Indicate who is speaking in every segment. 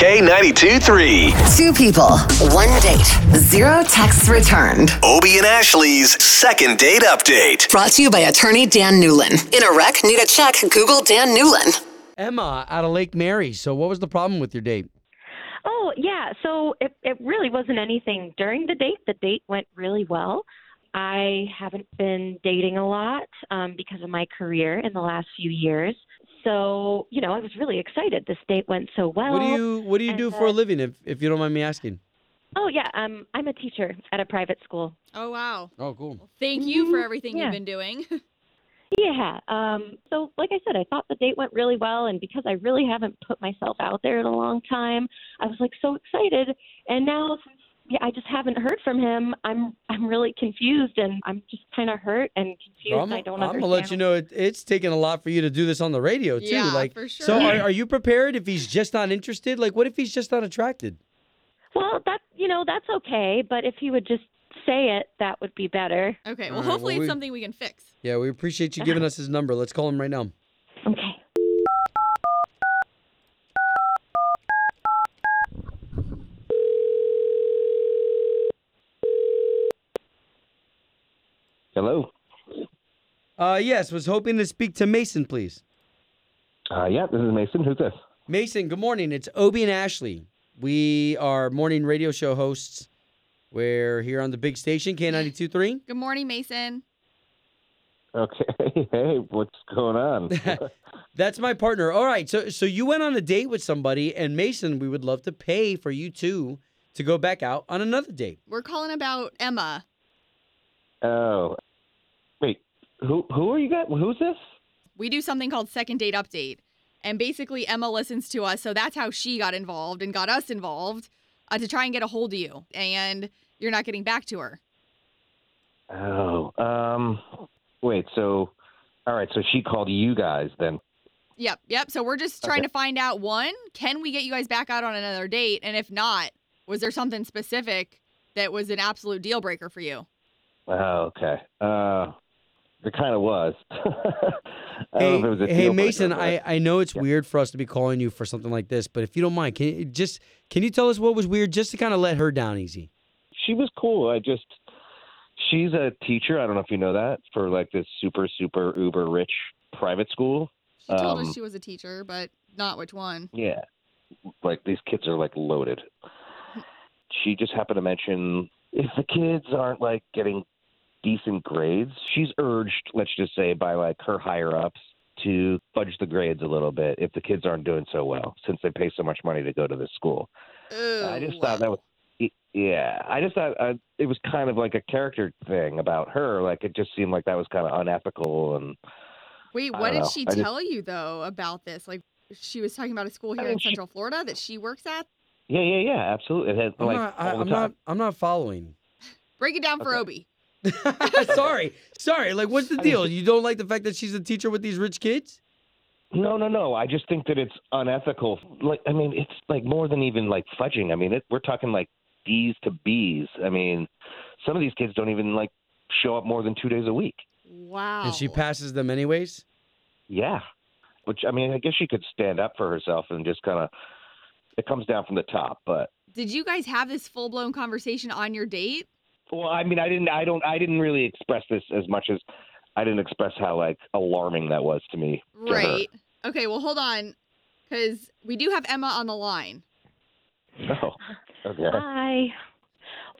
Speaker 1: K92 3.
Speaker 2: Two people, one date, zero texts returned.
Speaker 1: Obie and Ashley's second date update.
Speaker 2: Brought to you by attorney Dan Newlin. In a wreck, need a check, Google Dan Newlin.
Speaker 3: Emma out of Lake Mary. So, what was the problem with your date?
Speaker 4: Oh, yeah. So it, it really wasn't anything during the date. The date went really well. I haven't been dating a lot um, because of my career in the last few years. So, you know, I was really excited. This date went so well.
Speaker 3: What do you What do you
Speaker 4: and
Speaker 3: do for a living? If If you don't mind me asking.
Speaker 4: Oh, yeah. Um, I'm a teacher at a private school.
Speaker 5: Oh wow.
Speaker 3: Oh, cool.
Speaker 5: Thank you for
Speaker 4: Mhm,
Speaker 5: everything
Speaker 4: yeah.
Speaker 5: you've been doing.
Speaker 4: Yeah. Um, so, like I said, I thought the date went really well. And because I really haven't put myself out there in a long time, I was like so excited. And now, since yeah, I just haven't heard from him, I'm I'm really confused and I'm just kind of hurt and confused.
Speaker 3: Well, I'm,
Speaker 4: and I don't
Speaker 3: I'm
Speaker 4: understand.
Speaker 3: gonna let you know it, it's taken a lot for you to do this on the radio too.
Speaker 5: Yeah,
Speaker 3: like,
Speaker 5: for
Speaker 3: so
Speaker 5: sure.
Speaker 3: are, are you prepared if he's just not interested? Like, what if he's just not attracted?
Speaker 4: Well, that you know that's okay, but if he would just say it, that would be better.
Speaker 5: Okay.
Speaker 3: All
Speaker 5: Well,
Speaker 3: right, well,
Speaker 5: hopefully
Speaker 3: we-
Speaker 5: it's something we can fix.
Speaker 3: Yeah, we appreciate you giving us his number. Let's call him right now.
Speaker 4: Okay.
Speaker 6: Hello.
Speaker 3: Uh, yes, was hoping to speak to Mason, please.
Speaker 6: Uh, yeah, this is Mason. Who's this?
Speaker 3: Mason, good morning. It's Obie and Ashley. We are morning radio show hosts. We're here on the big station, K92.3.
Speaker 5: Good morning, Mason.
Speaker 6: Okay. Hey, what's going on?
Speaker 3: That's my partner. All right, so so you went on a date with somebody, and Mason, we would love to pay for you two to go back out on another date.
Speaker 5: We're calling about Emma.
Speaker 6: oh, wait. Who who are you got? Who's this?
Speaker 5: We do something called second date update. And basically Emma listens to us, so that's how she got involved and got us involved uh, to try and get a hold of you. And you're not getting back to her.
Speaker 6: Oh, um, wait. So, all right. So she called you guys then.
Speaker 5: Yep, yep. So we're just trying to find out one, can we get you guys back out on another date? And if not, was there something specific that was an absolute deal breaker for you?
Speaker 6: Oh, okay. Uh, it kind of was. I don't know
Speaker 3: Hey,
Speaker 6: if it was a
Speaker 3: hey,
Speaker 6: deal breaker,
Speaker 3: Mason,
Speaker 6: but-
Speaker 3: I, I know it's weird for us to be calling you for something like this, but if you don't mind, can you just can you tell us what was weird just to kind of let her down easy?
Speaker 6: she was cool. I just she's a teacher. I don't know if you know that for like this super super uber rich private school.
Speaker 5: She told
Speaker 6: Um,
Speaker 5: us she was a teacher, but not which one.
Speaker 6: Yeah. Like these kids are like loaded. She just happened to mention if the kids aren't like getting decent grades, she's urged, let's just say, by like her higher ups to fudge the grades a little bit if the kids aren't doing so well since they pay so much money to go to this school. I just
Speaker 5: Ooh.
Speaker 6: thought that was. y- Yeah, I just thought uh, it was kind of like a character thing about her. Like it just seemed like that was kind of unethical, and
Speaker 5: Wait,
Speaker 6: I
Speaker 5: what
Speaker 6: don't
Speaker 5: did
Speaker 6: know.
Speaker 5: she
Speaker 6: I just-
Speaker 5: tell you though about this? Like she was talking about a school here
Speaker 6: mean,
Speaker 5: in
Speaker 6: she-
Speaker 5: Central Florida that she works at.
Speaker 6: yeah, yeah, yeah, absolutely. It had
Speaker 3: I'm
Speaker 6: like
Speaker 3: not I,
Speaker 6: all the
Speaker 3: am
Speaker 6: time.
Speaker 3: not I'm not following.
Speaker 5: Break it down for
Speaker 6: Okay.
Speaker 5: Obi.
Speaker 3: sorry, sorry. Like, what's the
Speaker 6: I mean-
Speaker 3: deal? You don't like the fact that she's a teacher with these rich kids?
Speaker 6: No, no, no. I just think that it's unethical. Like, I mean, it's like more than even like fudging. I mean, it, we're talking like D's to B's. I mean, some of these kids don't even like show up more than two days a week.
Speaker 5: Wow.
Speaker 3: And she passes them anyways.
Speaker 6: Yeah. Which, I mean, I guess she could stand up for herself and just kind of, it comes down from the top. But,
Speaker 5: Did you guys have this full blown conversation on your date?
Speaker 6: well, I mean, I didn't, I don't, I didn't really express this as much as I didn't express how like alarming that was to me. to her.
Speaker 5: Right. Okay. Well, hold on, because we do have Emma on the line.
Speaker 6: Oh, okay.
Speaker 4: Hi.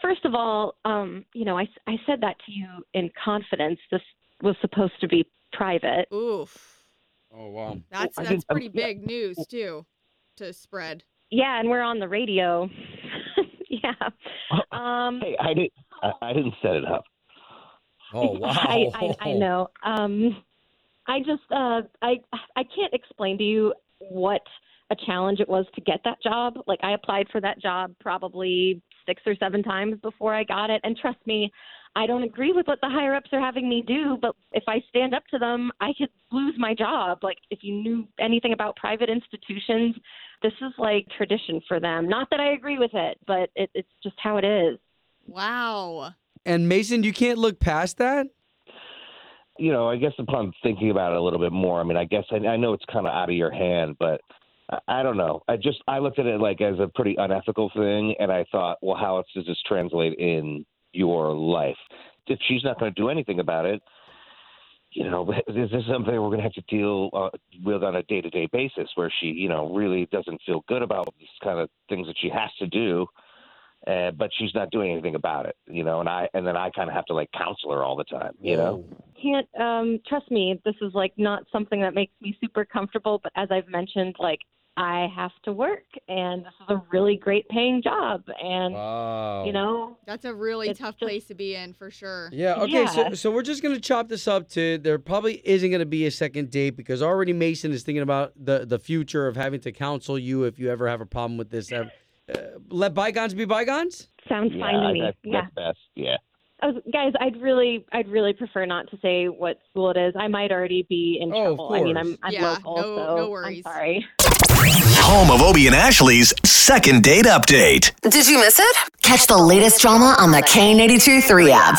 Speaker 4: First of all, um, you know, I s- I said that to you in confidence. This was supposed to be private.
Speaker 5: Oof.
Speaker 3: Oh wow.
Speaker 5: That's
Speaker 6: I
Speaker 5: that's
Speaker 6: didn't- um,
Speaker 5: pretty
Speaker 6: yeah.
Speaker 5: big news too, to spread.
Speaker 4: Yeah, and we're on the radio. yeah. Um,
Speaker 6: Hey, I didn't, I, I didn't set it up.
Speaker 3: Oh wow.
Speaker 4: I, I, I know. Um, I just uh, I I can't explain to you what a challenge it was to get that job. Like I applied for that job probably six or seven times before I got it. And trust me, I don't agree with what the higher ups are having me do, but if I stand up to them, I could lose my job. Like if you knew anything about private institutions, this is like tradition for them. Not that I agree with it, but it, it's just how it is.
Speaker 5: Wow.
Speaker 3: And Mason, you can't look past that.
Speaker 6: you know, I guess upon thinking about it a little bit more, I mean, I guess I, I know it's kind of out of your hand, but I, I don't know. I just I looked at it like as a pretty unethical thing, and I thought, well, how else does this translate in your life? If she's not going to do anything about it, you know, is this something we're going to have to deal uh, with on a day to day basis, where she, you know, really doesn't feel good about these kind of things that she has to do. Uh, but she's not doing anything about it, you know, and I and then I kind of have to like counsel her all the time, you know.
Speaker 4: can't um trust me this is like not something that makes me super comfortable but as i've mentioned like i have to work and this is a really great paying job and
Speaker 3: Wow.
Speaker 4: you know
Speaker 5: That's a really
Speaker 4: It's
Speaker 5: tough
Speaker 4: just-
Speaker 5: place to be in for sure.
Speaker 3: Yeah. Okay. So,
Speaker 4: Yeah.
Speaker 3: so we're just gonna chop this up to there probably isn't gonna be a second date because already Mason is thinking about the the future of having to counsel you if you ever have a problem with this. Uh, uh, let bygones be bygones.
Speaker 4: sounds
Speaker 6: yeah,
Speaker 4: fine to
Speaker 6: I-
Speaker 4: me
Speaker 6: That's,
Speaker 4: yeah
Speaker 6: that's best. Yeah.
Speaker 4: I was, guys i'd really i'd really prefer not to say what school it is i might already be in
Speaker 3: Oh, of
Speaker 4: trouble i mean i'm
Speaker 3: course.
Speaker 4: i'm
Speaker 5: Yeah,
Speaker 4: local
Speaker 5: no-
Speaker 4: so
Speaker 5: no
Speaker 4: i'm
Speaker 5: worries.
Speaker 4: sorry
Speaker 1: Home of Obie and Ashley's second date update.
Speaker 2: Did you miss it? Catch the latest drama on the K82 3 app.